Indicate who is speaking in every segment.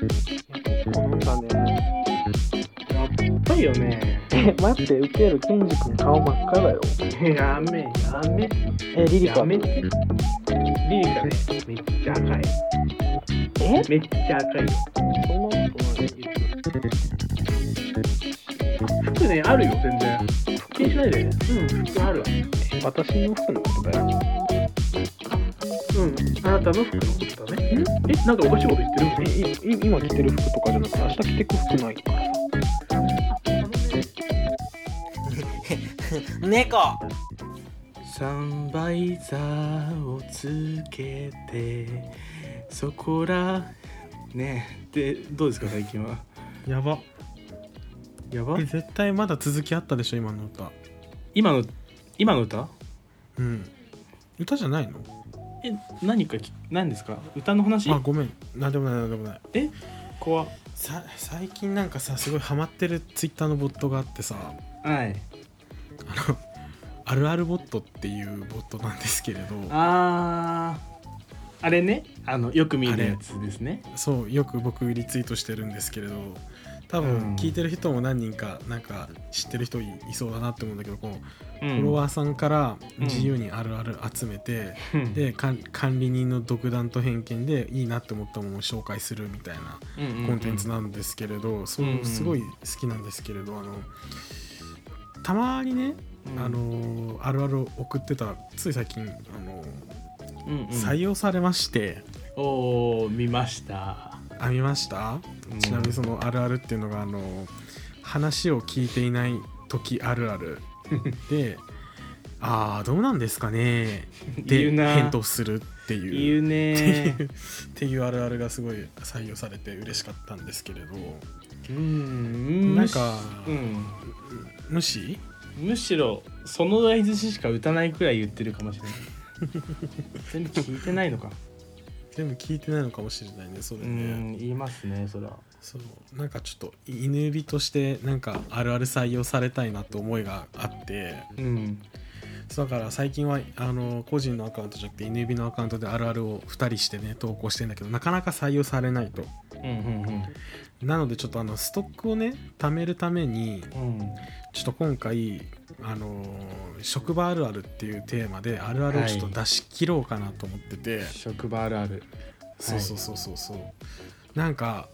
Speaker 1: 結構飲んだね。やっぱりよね。
Speaker 2: え、待って、ウケる、ケンジ君顔真っ赤だよ。
Speaker 1: やめ、やめ、
Speaker 2: え、リリ
Speaker 1: や
Speaker 2: カ。
Speaker 1: めて。リリカね、めっちゃ赤い。
Speaker 2: え
Speaker 1: めっちゃ赤い。
Speaker 2: そんなことない。
Speaker 1: 服ね、あるよ、全然。服にしないで。うん、服あるわ。
Speaker 2: 私の服のことだよ。
Speaker 1: うん、あなたの服のことだね。んえ、なんかおかしいこと言ってる
Speaker 2: え、いい今着てる服とかじゃなくて、明日着てく服ないからさ。
Speaker 3: 猫
Speaker 4: サンバイザーをつけてそこらねえでどうですか最近は
Speaker 5: やば
Speaker 4: やば
Speaker 5: え絶対まだ続きあったでしょ今の歌
Speaker 4: 今の今の歌
Speaker 5: うん歌じゃないの
Speaker 4: え何かき何ですか歌の話
Speaker 5: あごめんなんでもないなんでもない
Speaker 4: 怖
Speaker 5: さ最近なんかさすごいハマってるツイッターのボットがあってさ
Speaker 4: はい
Speaker 5: あのあるあるボットっていうボットなんですけれど
Speaker 4: あーあれねあのよく見るやつですね
Speaker 5: そうよく僕リツイートしてるんですけれど多
Speaker 4: うん
Speaker 5: 分聞いてる人も何人かなんか知ってる人いいそうだなって思うんだけどこう
Speaker 4: フ
Speaker 5: フォロワーさんから
Speaker 4: うん
Speaker 5: 自由にあるある集めて、
Speaker 4: ー
Speaker 5: で管管理人の独断と偏見でいいなって思ったものを紹介するみたいなコンテンツなんですけれど、そう
Speaker 4: うんうん
Speaker 5: すごい好きなんですけれどあのたまにね、あのあるある送ってたつい最近あの採用されまして。
Speaker 4: おお見ました
Speaker 5: あ見ました、
Speaker 4: うん
Speaker 5: ちなみにそのあるあるっていうのがあの話を聞いていない時あるあ るで「ああどうなんですか ね」で
Speaker 4: 言うな
Speaker 5: 返答するっていう
Speaker 4: 言うね
Speaker 5: っていう っていうあるあるがすごい採用されて嬉しかったんですけれど
Speaker 4: うん
Speaker 5: なんか
Speaker 4: うん
Speaker 5: 無視
Speaker 4: むしろその相づちしか打たないくらい言ってるかもしれ ない全部聞いてないのか
Speaker 5: 全部聞いてないのかもしれないねそうれね
Speaker 4: ん言いますねそれは
Speaker 5: そうなんかちょっと犬火としてなんかあるある採用されたいなって思いがあって
Speaker 4: うん
Speaker 5: そうだから最近はあの個人のアカウントじゃなくて NB のアカウントであるあるを2人してね投稿してんだけどなかなか採用されないと
Speaker 4: うんうん
Speaker 5: なのでちょっとあのストックをね貯めるために
Speaker 4: うんうん
Speaker 5: ちょっと今回あの職場あるあるっていうテーマであるあるをちょっと出し切ろうかなと思ってて、
Speaker 4: 職場あるある
Speaker 5: そうそうそうそうそうなんか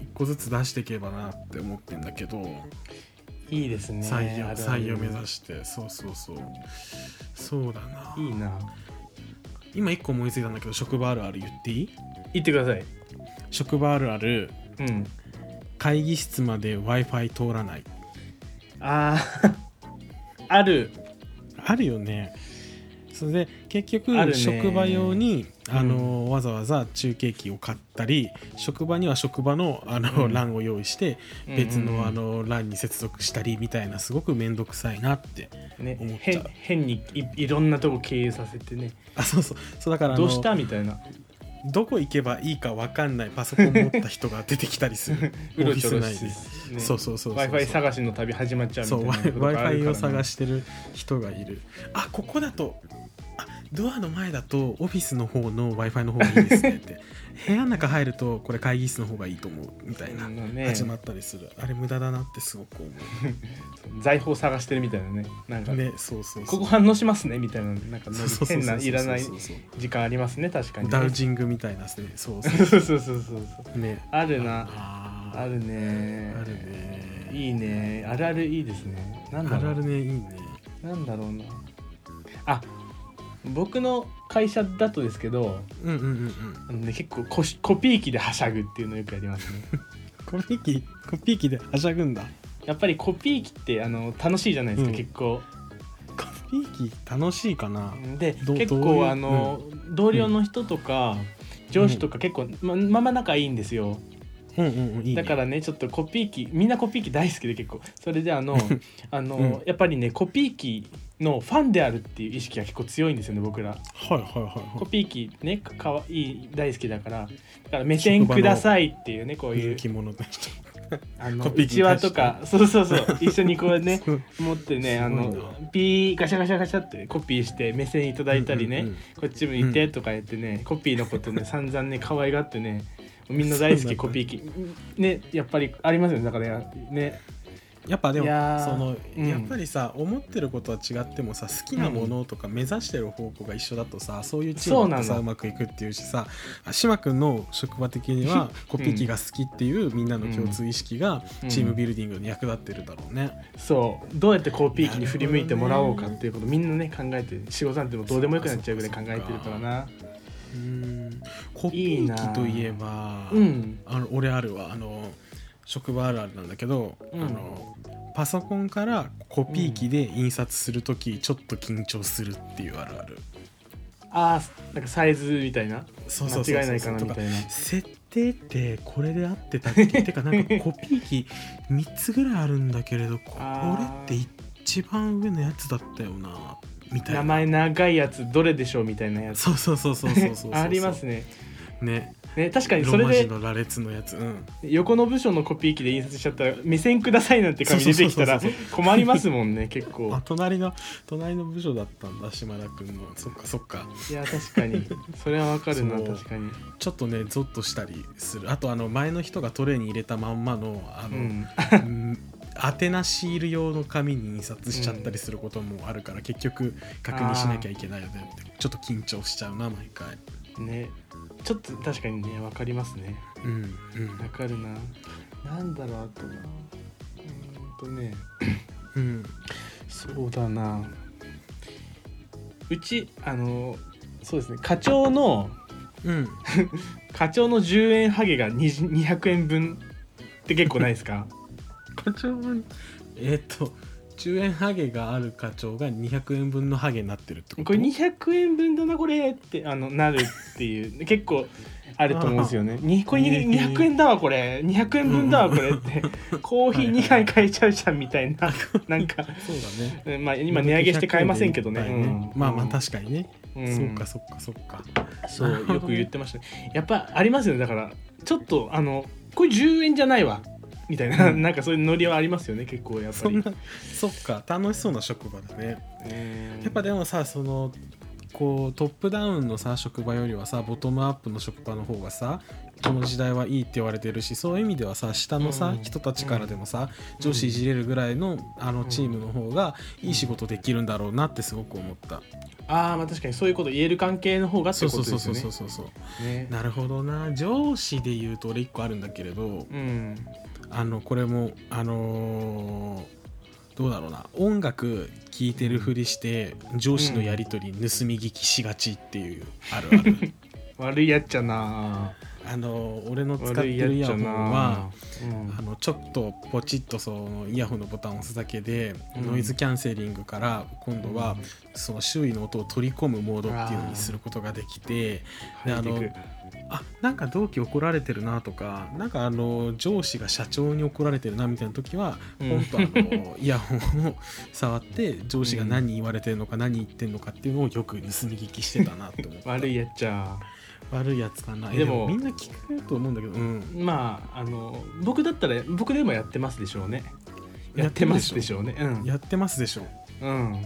Speaker 5: 1個ずつ出していけばなって思ってんだけど
Speaker 4: いいですね
Speaker 5: 採用
Speaker 4: あるある
Speaker 5: 採用目指してそうそうそうそうだない
Speaker 4: いな
Speaker 5: 今1個思いついたんだけど職場あるある言っていい
Speaker 4: 言ってください
Speaker 5: 職場あるある
Speaker 4: うん
Speaker 5: 会議室まで w i f i 通らない
Speaker 4: あー ある
Speaker 5: あるよねそれで結
Speaker 4: あ
Speaker 5: 局
Speaker 4: るね
Speaker 5: 職場用に
Speaker 4: うん
Speaker 5: あの、わざわざ中継機を買ったり職場には職場のあの、
Speaker 4: うん
Speaker 5: 欄を用意して
Speaker 4: うん
Speaker 5: 別
Speaker 4: うんうん
Speaker 5: のあの欄に接続したりみたいなすごく面倒くさいなって
Speaker 4: ね
Speaker 5: 思っちゃ
Speaker 4: 変
Speaker 5: う
Speaker 4: 変にいいろんなとこ経由させてね
Speaker 5: あそうそうそうだからあの
Speaker 4: どうしたみたいな
Speaker 5: どこ行けばいいか分かんないパソコン持った人が出てきたりする オフィス内で
Speaker 4: ね
Speaker 5: そうそうそうそう
Speaker 4: w i f i 探しの旅始まっちゃうみ
Speaker 5: そ
Speaker 4: た
Speaker 5: う
Speaker 4: い
Speaker 5: w
Speaker 4: な
Speaker 5: i f i を探
Speaker 4: し
Speaker 5: してる人がいるあここだとあドアの前だとオフィスの方の w i f i の方がいいですねって 部屋の中入るとこれ会議室の方がいいと思うみたいな
Speaker 4: ね
Speaker 5: 始まったりするあれ無駄だなってすごく思
Speaker 4: 財宝探してるみたいなねなんか
Speaker 5: うねそうそうそ
Speaker 4: こ
Speaker 5: う
Speaker 4: こ反応しますねみたいななん
Speaker 5: そ
Speaker 4: か
Speaker 5: うそうそう
Speaker 4: 変ないらない
Speaker 5: そうそうそう
Speaker 4: 時間ありますね確かにね
Speaker 5: ダウジングみたいなねそうそ
Speaker 4: そうそうそうそう
Speaker 5: うね
Speaker 4: あるな
Speaker 5: あ
Speaker 4: あ
Speaker 5: る
Speaker 4: るね
Speaker 5: あるね
Speaker 4: いいねあるあるいいですねなんだ
Speaker 5: ある
Speaker 4: ろ
Speaker 5: ある
Speaker 4: う
Speaker 5: ねいいね
Speaker 4: なんだろうなあ僕の会社だとですけど
Speaker 5: うんうんうんうん
Speaker 4: あのね結構コシコピー機ではしゃぐっていうのをよくやります ね
Speaker 5: コピー機コピー機ではしゃぐんだ
Speaker 4: やっぱりコピー機ってあの楽しいじゃないですか、
Speaker 5: うん
Speaker 4: 結構
Speaker 5: コピー機楽しいかな
Speaker 4: で
Speaker 5: ど
Speaker 4: 結
Speaker 5: どういう
Speaker 4: 構あの、同僚の人とか上司とか結構ままあまあ仲いいんですよ
Speaker 5: うんうんうんいいね
Speaker 4: だからねちょっとコピー機みんなコピー機大好きで結構それであのあの、
Speaker 5: うん
Speaker 4: やっぱりねコピー機のファンであるっていう意識が結構強いんですよね僕ら
Speaker 5: はいはいはい
Speaker 4: コ
Speaker 5: は
Speaker 4: ピー機ねかかわいい大好きだからだから目線くださいっていうねこう
Speaker 5: い。
Speaker 4: いう
Speaker 5: 人気者の人。
Speaker 4: あの
Speaker 5: コピー
Speaker 4: う
Speaker 5: 機
Speaker 4: ち
Speaker 5: に
Speaker 4: わ
Speaker 5: 対して
Speaker 4: とかそうそ うそう一緒にこうね持ってねあ
Speaker 5: すごい
Speaker 4: のピーガシャガシャガシャってコピーして目線いただいたり
Speaker 5: う
Speaker 4: ね、
Speaker 5: んうんうん
Speaker 4: こっち向いてとかやってね、コピーのことね散々ね可愛がってねみんな大好 き
Speaker 5: そう
Speaker 4: コ
Speaker 5: なんだ
Speaker 4: ピー機ねやっぱりありますよねだからねね
Speaker 5: やっぱでも
Speaker 4: いやー
Speaker 5: その、
Speaker 4: うん
Speaker 5: やっぱりさ思ってることは違ってもさ好きなものとか目指してる方向が一緒だとさ、そういうチームだと
Speaker 4: そう
Speaker 5: さ
Speaker 4: なの
Speaker 5: うまくいくっていうしさあ島君の職場的にはコピー機が好きっていうみんなの共通意識が
Speaker 4: うん
Speaker 5: チームビルディングに役立ってるだろうね。
Speaker 4: そうどうやってコピー機に振り向いてもらおうかっていうことみんなね考えて仕事なんてもうどうでもよくなっちゃうぐらい考えてるからな
Speaker 5: うんコピー機といえば
Speaker 4: うん
Speaker 5: あの俺あるわあの職場あるあるなんだけど、
Speaker 4: うん
Speaker 5: あのパソコンからコピー機で印刷する時、ちょっと緊張するっていうあるある。
Speaker 4: あーなんかサイズみたいな
Speaker 5: そうそうそうそう
Speaker 4: 間違いないかなみたいな
Speaker 5: 設定ってこれで合ってたっ けてかなんかコピー機3つぐらいあるんだけ れどここれ
Speaker 4: あー
Speaker 5: って一番上のやつだったよなみたいな
Speaker 4: 名前長いやつどれでしょうみたいなやつ
Speaker 5: そうそうそうそうそうそうそう
Speaker 4: ありますね
Speaker 5: ね
Speaker 4: ね確かに
Speaker 5: ロ
Speaker 4: そ
Speaker 5: ー
Speaker 4: れ
Speaker 5: マ字
Speaker 4: で
Speaker 5: の羅列のやつうん
Speaker 4: 横の部署のコピー機で印刷しちゃったら「目線ください」なんて紙出てきたら
Speaker 5: そうそうそう
Speaker 4: 困りますもん ね結構
Speaker 5: あ隣の隣の部署だったんだ島田君のそっかそっか
Speaker 4: いや確かにそれはわかるな
Speaker 5: そう
Speaker 4: 確かに
Speaker 5: ちょっとねゾッとしたりするあとあの前の人がトレーに入れたまんまのあ
Speaker 4: う
Speaker 5: の、
Speaker 4: ん
Speaker 5: うん宛名シール用の紙に印刷しちゃったりすることもあるから、結局確認しなきゃいけないよねってちょっと緊張しちゃうな毎回
Speaker 4: ねちょっと確かにねわかりますね
Speaker 5: うんうん
Speaker 4: わかるななんだろうあとなうーんとね
Speaker 5: うん
Speaker 4: そうだなうちあのそうですね課長の
Speaker 5: うん
Speaker 4: 課長の10円ハゲが20 200円分って結構ないです か
Speaker 5: 課長もえっ、と10円ハゲがある課長が200円分のハゲになってるってこと
Speaker 4: これ200円分だなこれってあのなるっていう結構あると思うんですよね。にこれ
Speaker 5: えー
Speaker 4: 200円だわこれ200円分だわこれ ってコーヒー2杯買えちゃうじゃんみたいな なんか、
Speaker 5: そうだね
Speaker 4: うんまあ、今値上げして買えませんけどね。
Speaker 5: 100円でいっぱいね
Speaker 4: うん
Speaker 5: まあまあ確かにね、
Speaker 4: うん
Speaker 5: そっかそっかそっか
Speaker 4: そう
Speaker 5: なるほどね
Speaker 4: よく言ってましたね。やっぱありますよねだからちょっとあのこれ10円じゃないわみたいななんかそういうノリはありますよね結構やっぱ
Speaker 5: そ
Speaker 4: り
Speaker 5: ん。なそっか楽しそうな職場だねやっぱでもさそのこうトップダウンのさ職場よりはさボトムアップの職場の方がさこの時代はいいって言われてるしそういう意味ではさ下のさ、
Speaker 4: うん
Speaker 5: 人たちからでもさ、
Speaker 4: ん
Speaker 5: 上司いじれるぐらいのあの
Speaker 4: ん
Speaker 5: チームの方がいい仕事できるんだろうなってすごく思った、
Speaker 4: ああまあ確かにそういうこと言える関係の方がって
Speaker 5: そう
Speaker 4: こと
Speaker 5: そう
Speaker 4: で
Speaker 5: そ
Speaker 4: すよ
Speaker 5: う
Speaker 4: ね。
Speaker 5: そうそうそうそう
Speaker 4: ね
Speaker 5: なるほどな上司で言うと俺一個あるんだけれど
Speaker 4: うん
Speaker 5: あのこれもあのーどうだろうな音楽聴いてるふりして上司のやり取り盗み聞きしがちっていうあるある
Speaker 4: 悪いやっちゃな
Speaker 5: あの俺の使って
Speaker 4: 悪
Speaker 5: る
Speaker 4: い
Speaker 5: イ
Speaker 4: やっち
Speaker 5: ヤホ
Speaker 4: ゃ
Speaker 5: ンは
Speaker 4: なうん
Speaker 5: あのちょっとポチッとそのイヤホンのボタンを押すだけで、
Speaker 4: うん
Speaker 5: ノイズキャンセリングから今度はその周囲の音を取り込むモードっていうのにすることができてであの
Speaker 4: 入ってく
Speaker 5: あなんか同期怒られてるなとかなんかあの上司が社長に怒られてるなみたいな時は、
Speaker 4: うん
Speaker 5: 本当あのイヤホンを触って上司が何言われてるのか何言ってるのかっていうのをよく盗み聞きしてたなって思って
Speaker 4: 悪いやっちゃ
Speaker 5: 悪いやつかなえ
Speaker 4: でも
Speaker 5: みんな聞くと思うんだけどうん。
Speaker 4: まああの僕だったら僕でもやってますでしょうねやってますでしょうねうん
Speaker 5: やってますでしょ
Speaker 4: うん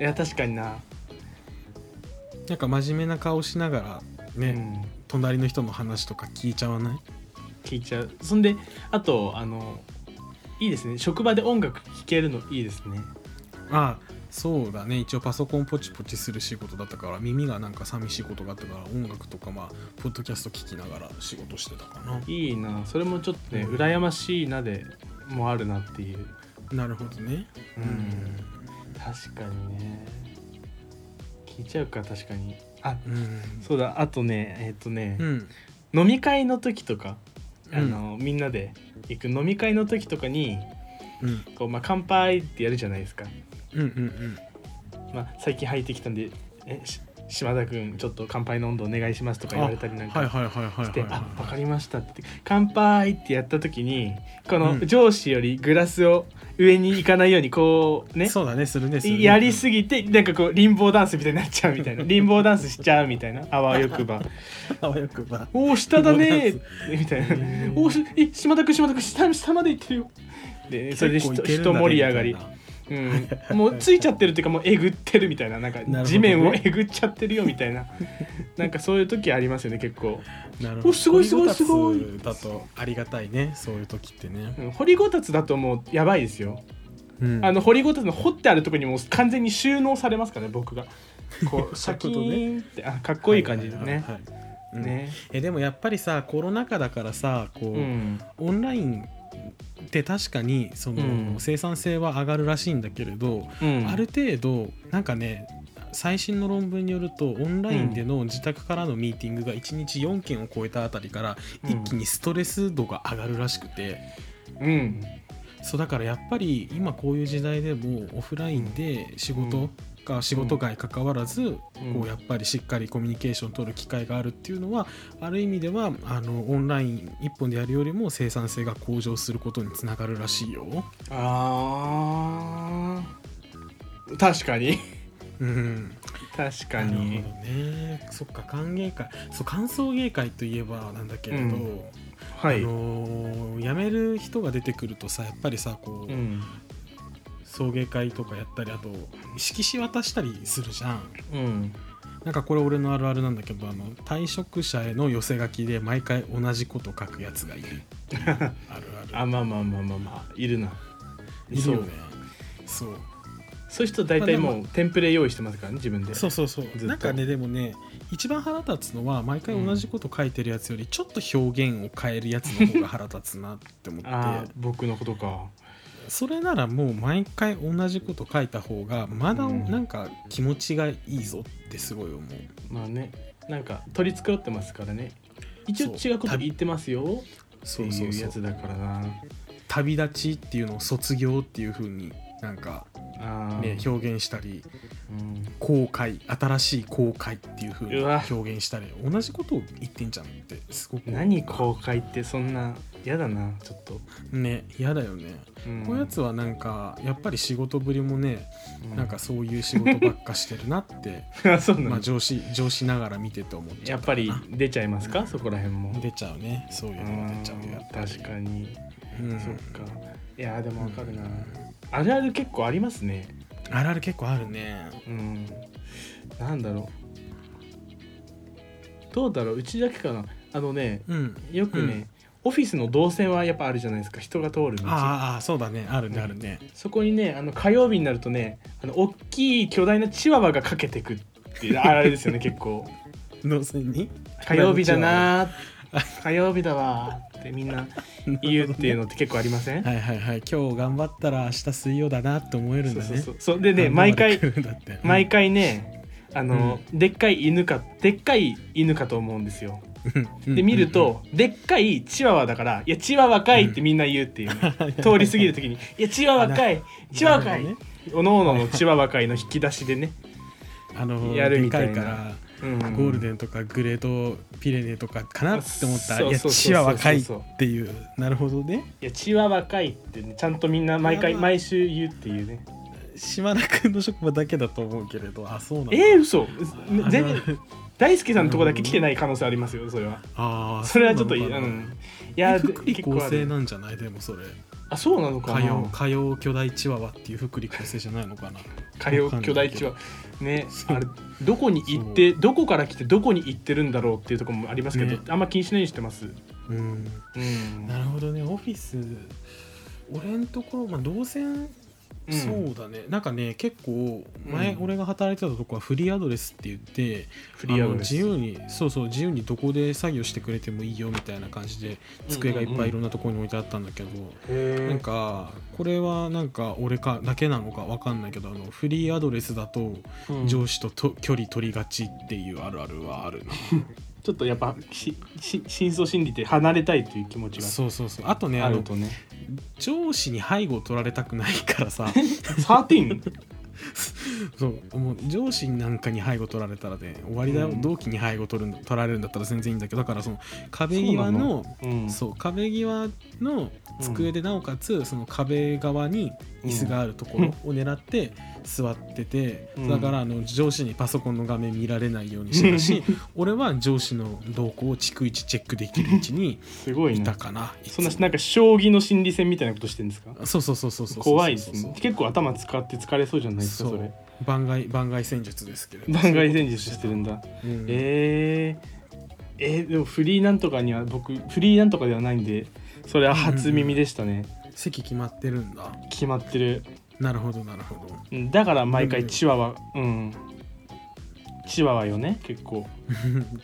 Speaker 4: いや確かにな、
Speaker 5: なんか真面目な顔しながら
Speaker 4: う
Speaker 5: ね、
Speaker 4: ん、
Speaker 5: 隣の人の話とか聞いちゃわない
Speaker 4: 聞いちゃうそんであとあのいいですね職場で音楽聴けるのいいですね
Speaker 5: あそうだね一応パソコンポチポチする仕事だったから耳がなんか寂しいことがあったから音楽とかまあポッドキャスト聞きながら仕事してたかない
Speaker 4: いなそれもちょっとね
Speaker 5: うん
Speaker 4: 羨ましいなでもあるなっていう
Speaker 5: なるほどね
Speaker 4: うん確かにね聞いちゃうか確かにあ
Speaker 5: うん
Speaker 4: そうだあとねえっ、とね、
Speaker 5: うん
Speaker 4: 飲み会の時とか
Speaker 5: うん
Speaker 4: あの、みんなで行く飲み会の時とかに
Speaker 5: うん
Speaker 4: こう、まあ、乾杯ってやるじゃないですか、
Speaker 5: うんうん
Speaker 4: まあ、最近入ってきたんで「えし島田君ちょっと乾杯の温度お願いします」とか言われたりなん
Speaker 5: あはい
Speaker 4: か
Speaker 5: はいはいはい
Speaker 4: し
Speaker 5: は
Speaker 4: て
Speaker 5: い
Speaker 4: 「あわか
Speaker 5: はい
Speaker 4: りました」って「乾杯」ってやった時にこ
Speaker 5: う
Speaker 4: の
Speaker 5: ん
Speaker 4: 上司よりグラスを上に行かないようにこうね、
Speaker 5: そうだねするねするね
Speaker 4: やりすぎてなんかこうリンボーダンスみたいになっちゃうみ たいなリンボーダンスしちゃうみたいなあわよくば
Speaker 5: あわよくば
Speaker 4: おお下だね
Speaker 5: リン
Speaker 4: ーみたいな
Speaker 5: へー
Speaker 4: おおしえ島田君島田君下下まで行ってるよでそれでひ
Speaker 5: 結構
Speaker 4: と
Speaker 5: いけるん
Speaker 4: 人
Speaker 5: だね
Speaker 4: 盛り上がり
Speaker 5: みたいな
Speaker 4: うん、もうついちゃってるっていうかもうえぐってるみたいななんか
Speaker 5: ほどね
Speaker 4: 地面をえぐっちゃってるよみた いななんかそういう時ありますよね結構、
Speaker 5: なる
Speaker 4: おすごいすごいすごい
Speaker 5: 掘りごたつだとありがたいねそういう時ってね
Speaker 4: う、ん、掘りごたつだともうやばいですよ
Speaker 5: うん
Speaker 4: あの掘りごたつの掘ってあるところにもう完全に収納されますからね僕がこ うシャキーンってあかっこいい感じで
Speaker 5: はい
Speaker 4: ね
Speaker 5: はいはいうん
Speaker 4: ね
Speaker 5: えでもやっぱりさコロナ禍だからさこう、
Speaker 4: うん
Speaker 5: オンラインって確かにその、
Speaker 4: うん
Speaker 5: 生産性は上がるらしいんだけれど、
Speaker 4: うん
Speaker 5: ある程度なんかね最新の論文によるとオンラインでの自宅からのミーティングが1日4件を超えたあたりから
Speaker 4: うん
Speaker 5: 一気にストレス度が上がるらしくて、
Speaker 4: うん
Speaker 5: そうだからやっぱり今こういう時代でもオフラインで仕事か仕事外関わらず、こうやっぱりしっかりコミュニケーション取る機会があるっていうのはある意味ではあのオンライン一本でやるよりも生産性が向上することにつながるらしいよ。
Speaker 4: あー確かに
Speaker 5: うん、
Speaker 4: 確
Speaker 5: な
Speaker 4: か
Speaker 5: るほど
Speaker 4: に
Speaker 5: ねそっか歓迎会そう歓送迎会といえばなんだけれど、
Speaker 4: うんは
Speaker 5: あ
Speaker 4: い、
Speaker 5: のー辞める人が出てくるとさやっぱりさこう、
Speaker 4: うん
Speaker 5: 送迎会とかやったりあと色紙渡したりするじゃん。
Speaker 4: うん
Speaker 5: なんかこれ俺のあるあるなんだけどあの退職者への寄せ書きで毎回同じこと書くやつがいるっていうある ある
Speaker 4: あまあまあまあまあまあいるない
Speaker 5: るよねそう
Speaker 4: そういう人大体もうテンプレ用意してますからね自分で
Speaker 5: そうそうそう
Speaker 4: ずっと
Speaker 5: なんかねでもね一番腹立つのは毎回同じこと書いてるやつよりちょっと表現を変えるやつの方が腹立つなって思っ
Speaker 4: あ
Speaker 5: て
Speaker 4: ー僕のことか
Speaker 5: それならもう毎回同じこと書いた方がまだ
Speaker 4: うん
Speaker 5: なんか気持ちがいいぞってすごい思う
Speaker 4: まあねなんか取り繕ってますからね一応違うこと言ってますよって
Speaker 5: そうそう
Speaker 4: いう
Speaker 5: そ
Speaker 4: や
Speaker 5: う
Speaker 4: つだからな
Speaker 5: 旅立ちっていうのを卒業っていう風になんか
Speaker 4: あー
Speaker 5: ね表現したり
Speaker 4: うん
Speaker 5: 後悔新しい後悔っていう風に
Speaker 4: うわ
Speaker 5: 表現したり同じことを言ってんじゃんってすごく
Speaker 4: 何公開ってそんな嫌だなちょっと、
Speaker 5: ね嫌だよね、
Speaker 4: うん
Speaker 5: こういうやつはなんかやっぱり仕事ぶりもね、
Speaker 4: う
Speaker 5: なんかそういう仕事ばっかしてるなって
Speaker 4: あそうなんだ
Speaker 5: まあ上司上司ながら見てて思っちゃ
Speaker 4: や
Speaker 5: っ
Speaker 4: ったぱり出ちゃいますかそこら辺も
Speaker 5: 出ちゃうねそういうのは出ちゃうよやっぱり
Speaker 4: 確かに、
Speaker 5: うん
Speaker 4: そっかいやーでもわかるな、あるある結構ありますね
Speaker 5: あるある結構あるね
Speaker 4: うんなんだろうどうだろううちだけかなあのね
Speaker 5: うん
Speaker 4: よくね、オフィスの動線はやっぱあるじゃないですか人が通る道
Speaker 5: あーあーそうだねあるねあるね、
Speaker 4: そこにねあの火曜日になるとねあの大きい巨大なチワワがかけてくっていうあれ ですよね結構
Speaker 5: のせに
Speaker 4: 火曜日だなー火曜日だわーってみんな言うっていうのって結構ありません、
Speaker 5: はいはいはい今日頑張ったら明日水曜だなって思えるん
Speaker 4: そう
Speaker 5: だ
Speaker 4: そう
Speaker 5: ね
Speaker 4: そうそうでね毎回毎
Speaker 5: 毎
Speaker 4: 回ねあの、でっかい犬かでっかい犬かと思うんですよで見ると、でっかいチワワだから「いやチワワかい」ってみんな言うっていうね、通り 過ぎる時に「いやチワワかいチワワかい」
Speaker 5: なるほ
Speaker 4: おのおののチワワかいの引き出しでね、
Speaker 5: あの
Speaker 4: や
Speaker 5: や
Speaker 4: る
Speaker 5: る
Speaker 4: み
Speaker 5: み
Speaker 4: た
Speaker 5: た
Speaker 4: いない
Speaker 5: から
Speaker 4: うん
Speaker 5: ゴールデンとかグレートピレネとかかなって思ったら
Speaker 4: そう
Speaker 5: いや
Speaker 4: そうそうそう
Speaker 5: チワ若いっていうなるほどね
Speaker 4: いやチワワかいってねちゃんとみんな毎回
Speaker 5: やばい
Speaker 4: 毎週言うっていうね
Speaker 5: 島田君の職場だけだと思うけれどあそうなんだ
Speaker 4: えー、嘘全
Speaker 5: あ
Speaker 4: 然
Speaker 5: の
Speaker 4: 大輔さんのとこだけ来てない可能性ありますよそれは
Speaker 5: あー
Speaker 4: それはちょっとう
Speaker 5: そうなのかなん
Speaker 4: いや
Speaker 5: 福利
Speaker 4: 結構
Speaker 5: 厚
Speaker 4: あ
Speaker 5: 生
Speaker 4: る
Speaker 5: なんじゃないでもそれ
Speaker 4: あそうなのか
Speaker 5: 火
Speaker 4: な
Speaker 5: 曜火曜巨大チワワっていう福利厚生じゃないのかな
Speaker 4: 火曜巨大地はね
Speaker 5: そう
Speaker 4: あれどこに行ってどこから来てどこに行ってるんだろうっていうところもありますけど、
Speaker 5: ね
Speaker 4: あんま気にしないようにしてます
Speaker 5: うん
Speaker 4: うん
Speaker 5: なるほどねオフィス俺んところまあ動線
Speaker 4: うん
Speaker 5: そうだねなんかね結構前
Speaker 4: うん
Speaker 5: 俺が働いてたとこはフリーアドレスって言って、
Speaker 4: フリーア
Speaker 5: あ
Speaker 4: ド
Speaker 5: の
Speaker 4: レス
Speaker 5: 自由にそうそう自由にどこで作業してくれてもいいよみたいな感じで机がいっぱいいろんなところに置いてあったんだけど、
Speaker 4: へ
Speaker 5: なん
Speaker 4: ー
Speaker 5: かこれはなんか俺かだけなのかわかんないけどあのフリーアドレスだと
Speaker 4: うん
Speaker 5: 上司とと距離取りがちっていうあるあるはあるな、
Speaker 4: ちょっとやっぱしし真相心理って離れたいという気持ち
Speaker 5: そうそうそうあとね
Speaker 4: が
Speaker 5: あ
Speaker 4: ある
Speaker 5: の
Speaker 4: とね
Speaker 5: 上司に背後を取られたくないから さ
Speaker 4: 13?
Speaker 5: そうもう上司なんかに背後取られたらね終わりだよ、
Speaker 4: うん
Speaker 5: 同期に背後取るん取られるんだったら全然いいんだけどだからその壁際
Speaker 4: そうな
Speaker 5: の
Speaker 4: うん
Speaker 5: そう壁際の机でなおかつその壁側に
Speaker 4: うん
Speaker 5: 椅子があるところを狙って座ってて、
Speaker 4: うん
Speaker 5: だからあの上司にパソコンの画面見られないようにしてたし 俺は上司の動向を逐一チェックできる位置に
Speaker 4: すごい
Speaker 5: いた
Speaker 4: な
Speaker 5: かな。いつ
Speaker 4: そんななんか将棋の心理戦みたいなことしてるんですか
Speaker 5: そうそうそうそうそうそうそう
Speaker 4: 怖いですね結構頭使って疲れそうじゃないですかそれ
Speaker 5: 番外番外戦術ですけれど
Speaker 4: 番外戦術してるんだ
Speaker 5: そういうことしてたうん
Speaker 4: えーえーでもフリーなんとかには僕フリーなんとかではないんでそれは初耳でしたね、
Speaker 5: 席決まってるんだ
Speaker 4: 決まってる
Speaker 5: なるほどなるほど
Speaker 4: うんだから毎回チワワうんチワワよね結構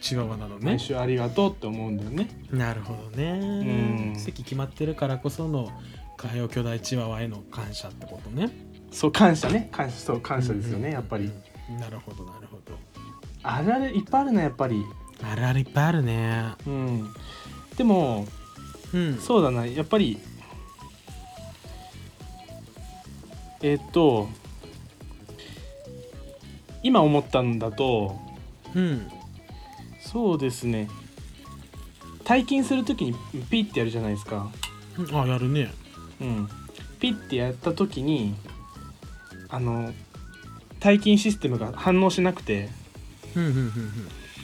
Speaker 5: チワワなのね
Speaker 4: 毎週ありがとうって思うんだよね
Speaker 5: なるほど
Speaker 4: う
Speaker 5: ね
Speaker 4: ん
Speaker 5: 席決まってるからこその海洋巨大チワワへの感謝ってことね
Speaker 4: そう感謝ね感謝そう感謝ですよね、やっぱり
Speaker 5: うんなるほどなるほど
Speaker 4: あれあれいっぱいあるなやっぱり
Speaker 5: あるあるいっぱいあるね
Speaker 4: うんでも
Speaker 5: うん
Speaker 4: そうだなやっぱりえっと今思ったんだと
Speaker 5: うん
Speaker 4: そうですね退勤するときにピッてやるじゃないですか
Speaker 5: あやるね
Speaker 4: うんピッてやったときにあの退勤システムが反応しなくて
Speaker 5: うんうんうん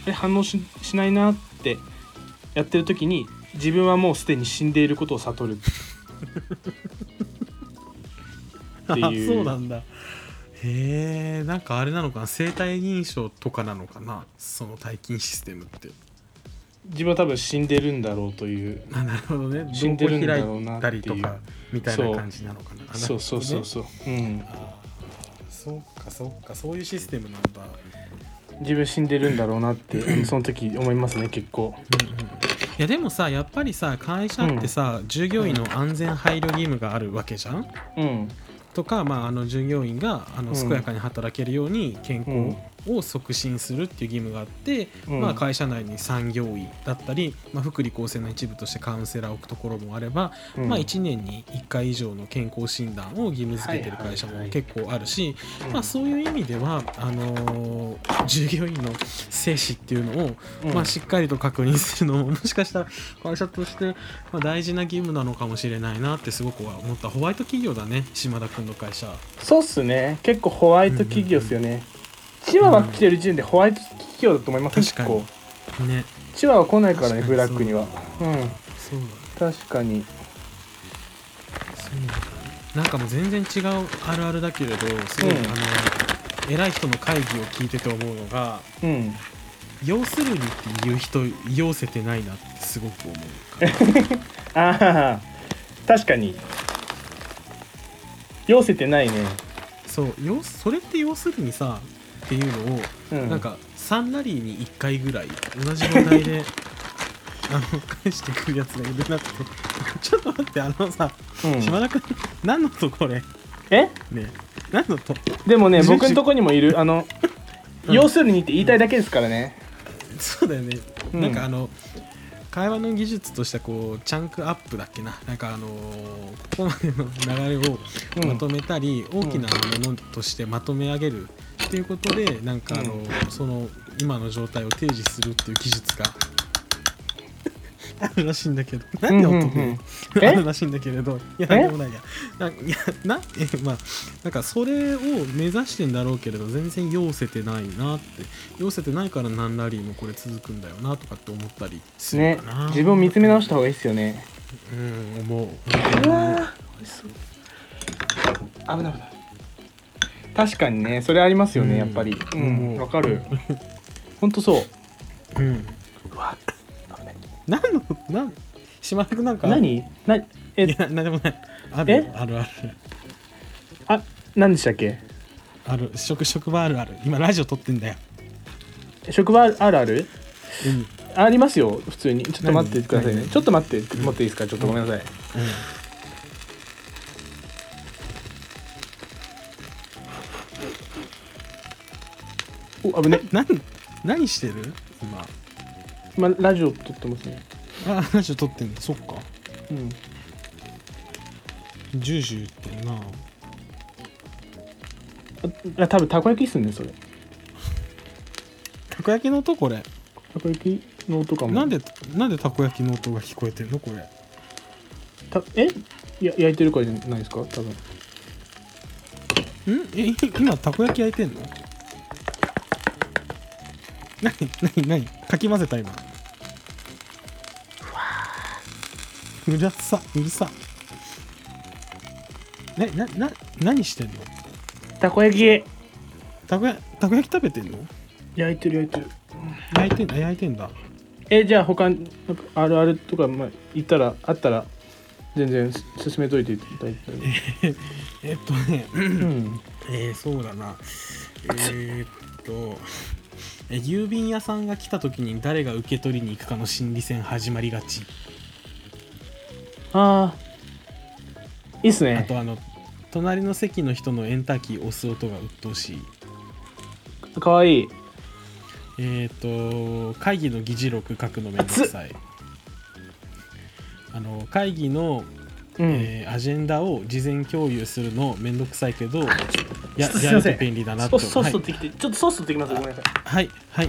Speaker 4: え反応ししないなってやってる時に自分はもうすでに死んでいることを悟る
Speaker 5: うん
Speaker 4: っていう
Speaker 5: あそうなんだへえんかあれなのかな生体認証とかなのかなその退勤システムって
Speaker 4: 自分は多分死んでるんだろうという
Speaker 5: あなるほどね
Speaker 4: 死んでるんだろうなっていう
Speaker 5: どこ開いたりとかみたいな感じなのかなあなるほどね
Speaker 4: そうそうそうそう、うん、
Speaker 5: あーそうかそうかそういうシステムなんだ、
Speaker 4: 自分死んでるんだろうなってあのその時思いますね結構
Speaker 5: いやでもさやっぱりさ会社ってさ、従業員の安全配慮義務があるわけじゃん
Speaker 4: うん
Speaker 5: とか、まあ、あの従業員があの
Speaker 4: うん
Speaker 5: 健やかに働けるように健康を促進するっていう義務があって、
Speaker 4: うん
Speaker 5: まあ、会社内に産業医だったり、まあ、福利厚生の一部としてカウンセラーを置くところもあれば、
Speaker 4: うん
Speaker 5: まあ、1年に1回以上の健康診断を義務付けてる会社も結構あるし、
Speaker 4: うん
Speaker 5: まあ、そういう意味ではあのー従業員の生死っていうのを、
Speaker 4: うん
Speaker 5: まあ、しっかりと確認するのもも しかしたら会社として、まあ、大事な義務なのかもしれないなってすごくは思ったホワイト企業だね島田君の会社
Speaker 4: そうっすね結構ホワイト企業っすよね、チワワ来てる時点でホワイト企業だと思います、
Speaker 5: うん
Speaker 4: 結構
Speaker 5: ね
Speaker 4: チワワ来ないから
Speaker 5: 確
Speaker 4: ね
Speaker 5: かに
Speaker 4: ブラックにはうん
Speaker 5: そう
Speaker 4: 確かに
Speaker 5: そうなんだなんかもう全然違うあるあるだけれどすごい、
Speaker 4: うん
Speaker 5: あの偉い人の会議を聞いてて思うのが
Speaker 4: うん
Speaker 5: 「要するに」って言う人要せてないなってすごく思うから
Speaker 4: ああ確かに要せてないね、
Speaker 5: そう要それって要するにさっていうのを、
Speaker 4: うん、
Speaker 5: なんか3ラリーに1回ぐらい同じ話題 であの返してくるやつがいるなってちょっと待ってあのさ、
Speaker 4: うん
Speaker 5: 島田君何のとこれ
Speaker 4: え
Speaker 5: ね何のと
Speaker 4: でもね
Speaker 5: 住所
Speaker 4: 僕んとこにもいるあの、
Speaker 5: うん
Speaker 4: 要するにって言いたいだけですからね、
Speaker 5: そうだよね、
Speaker 4: うん
Speaker 5: なんかあの会話の技術としてこうチャンクアップだっけななんかあのーここまでの流れを
Speaker 4: うん
Speaker 5: まとめたり、大きなものとしてまとめ上げるっていうことでなんかあのー、その今の状態を提示するっていう技 術があるらしいんだけどなんで
Speaker 4: うんうんう
Speaker 5: 音
Speaker 4: ん
Speaker 5: が、
Speaker 4: え
Speaker 5: あるらしいんだけれどいや
Speaker 4: え
Speaker 5: なんでもないやないやなえまあなんかそれを目指してんだろうけれど全然要せてないなって要せてないから何ラリーもこれ続くんだよなとかって思ったりする
Speaker 4: ね
Speaker 5: かな、
Speaker 4: 自分を見つめ直した方がいいですよね
Speaker 5: うん思う
Speaker 4: うわ美味しそう危ない危ない確かにねそれありますよね、
Speaker 5: うん
Speaker 4: やっぱりう
Speaker 5: うん
Speaker 4: んわかるほんとそ
Speaker 5: う
Speaker 4: う
Speaker 5: ん
Speaker 4: うわ危ない
Speaker 5: 何の何島田君なんかあるい
Speaker 4: 何なえ
Speaker 5: や何でもないある
Speaker 4: え
Speaker 5: あるある
Speaker 4: あ何でしたっけ
Speaker 5: ある職職場あるある今ラジオ撮ってんだよ、
Speaker 4: 職場あるある
Speaker 5: うんうん、
Speaker 4: ありますよ普通にちょっと待ってくださいね
Speaker 5: 何
Speaker 4: ちょっと待って持っていいですかちょっとごめんなさいお危ね
Speaker 5: 何何してる今
Speaker 4: 今ラジオ撮ってますね
Speaker 5: あラジオ撮ってんだそっか
Speaker 4: うん
Speaker 5: 10時言ってるな
Speaker 4: あ多分たこ焼きっすねそれ
Speaker 5: たこ焼きの音これ
Speaker 4: たこ焼きの音かも
Speaker 5: なんでなんでたこ焼きの音が聞こえてるのこれ
Speaker 4: たえいや焼いてるからじゃないですか多分
Speaker 5: えい今たこ焼き焼いてんのなになになにかき混ぜた今うるさうるさななな何してんの
Speaker 4: たこ焼き
Speaker 5: たこやたこ焼き食べてんの
Speaker 4: 焼いてる焼いてる
Speaker 5: 焼いてんだ焼いてんだ
Speaker 4: えじゃあ他になんかあるあるとか、まあ、いたらあったら全然す進めといていただいて、
Speaker 5: えっとね
Speaker 4: うん、
Speaker 5: えー、そうだなえー、っとえ郵便屋さんが来た時に誰が受け取りに行くかの心理戦始まりがち
Speaker 4: ああいいっす
Speaker 5: あ
Speaker 4: ね
Speaker 5: とあの隣の席の人のエンターキー押す音が鬱陶しい
Speaker 4: かわいい
Speaker 5: えー、と会議の議事録書くのめんどくさいあの会議の、
Speaker 4: うん、
Speaker 5: えーアジェンダを事前共有するのめんどくさいけどや
Speaker 4: ちょっとすい
Speaker 5: や
Speaker 4: ま
Speaker 5: る
Speaker 4: せん
Speaker 5: と便利だな
Speaker 4: ソ
Speaker 5: と
Speaker 4: ースソース取
Speaker 5: は
Speaker 4: っ
Speaker 5: い
Speaker 4: てきて、ちょっとソース取ってきますごめんなさい
Speaker 5: はい、はい、